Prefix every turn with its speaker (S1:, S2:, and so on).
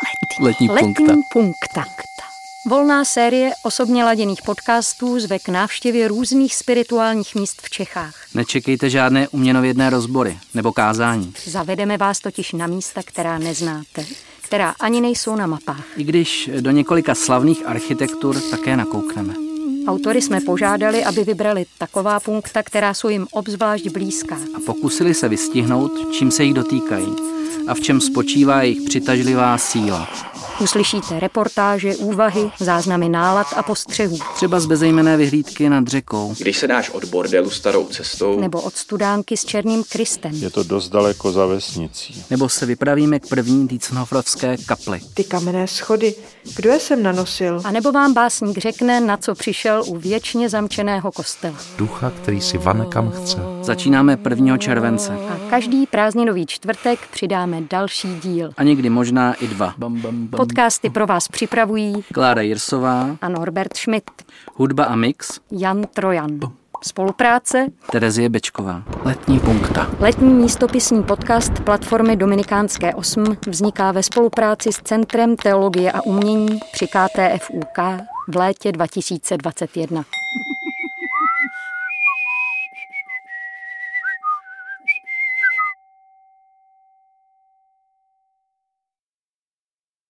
S1: Letní,
S2: Letní punkta.
S1: Letní punkta. Volná série osobně laděných podcastů zve k návštěvě různých spirituálních míst v Čechách.
S2: Nečekejte žádné uměnovědné rozbory nebo kázání.
S1: Zavedeme vás totiž na místa, která neznáte, která ani nejsou na mapách.
S2: I když do několika slavných architektur také nakoukneme.
S1: Autory jsme požádali, aby vybrali taková punkta, která jsou jim obzvlášť blízká.
S2: A pokusili se vystihnout, čím se jich dotýkají a v čem spočívá jejich přitažlivá síla.
S1: Uslyšíte reportáže, úvahy, záznamy nálad a postřehů.
S2: Třeba z bezejmené vyhlídky nad řekou.
S3: Když se dáš od bordelu starou cestou,
S1: Nebo od studánky s Černým Kristem.
S4: Je to dost daleko za vesnicí.
S2: Nebo se vypravíme k první Dietzhofrovské kapli.
S5: Ty kamenné schody, kdo je sem nanosil?
S1: A nebo vám básník řekne, na co přišel u věčně zamčeného kostela.
S6: ducha, který si van kam chce.
S2: Začínáme 1. července.
S1: A každý prázdninový čtvrtek přidáme další díl.
S2: A někdy možná i dva. Bam, bam, bam.
S1: Podcasty pro vás připravují
S2: Klára Jirsová,
S1: a Norbert Schmidt,
S2: hudba a mix,
S1: Jan Trojan. Spolupráce
S2: Terezie Bečková. Letní punkta.
S1: Letní místopisní podcast platformy Dominikánské 8 vzniká ve spolupráci s Centrem teologie a umění při KTFUK v létě 2021.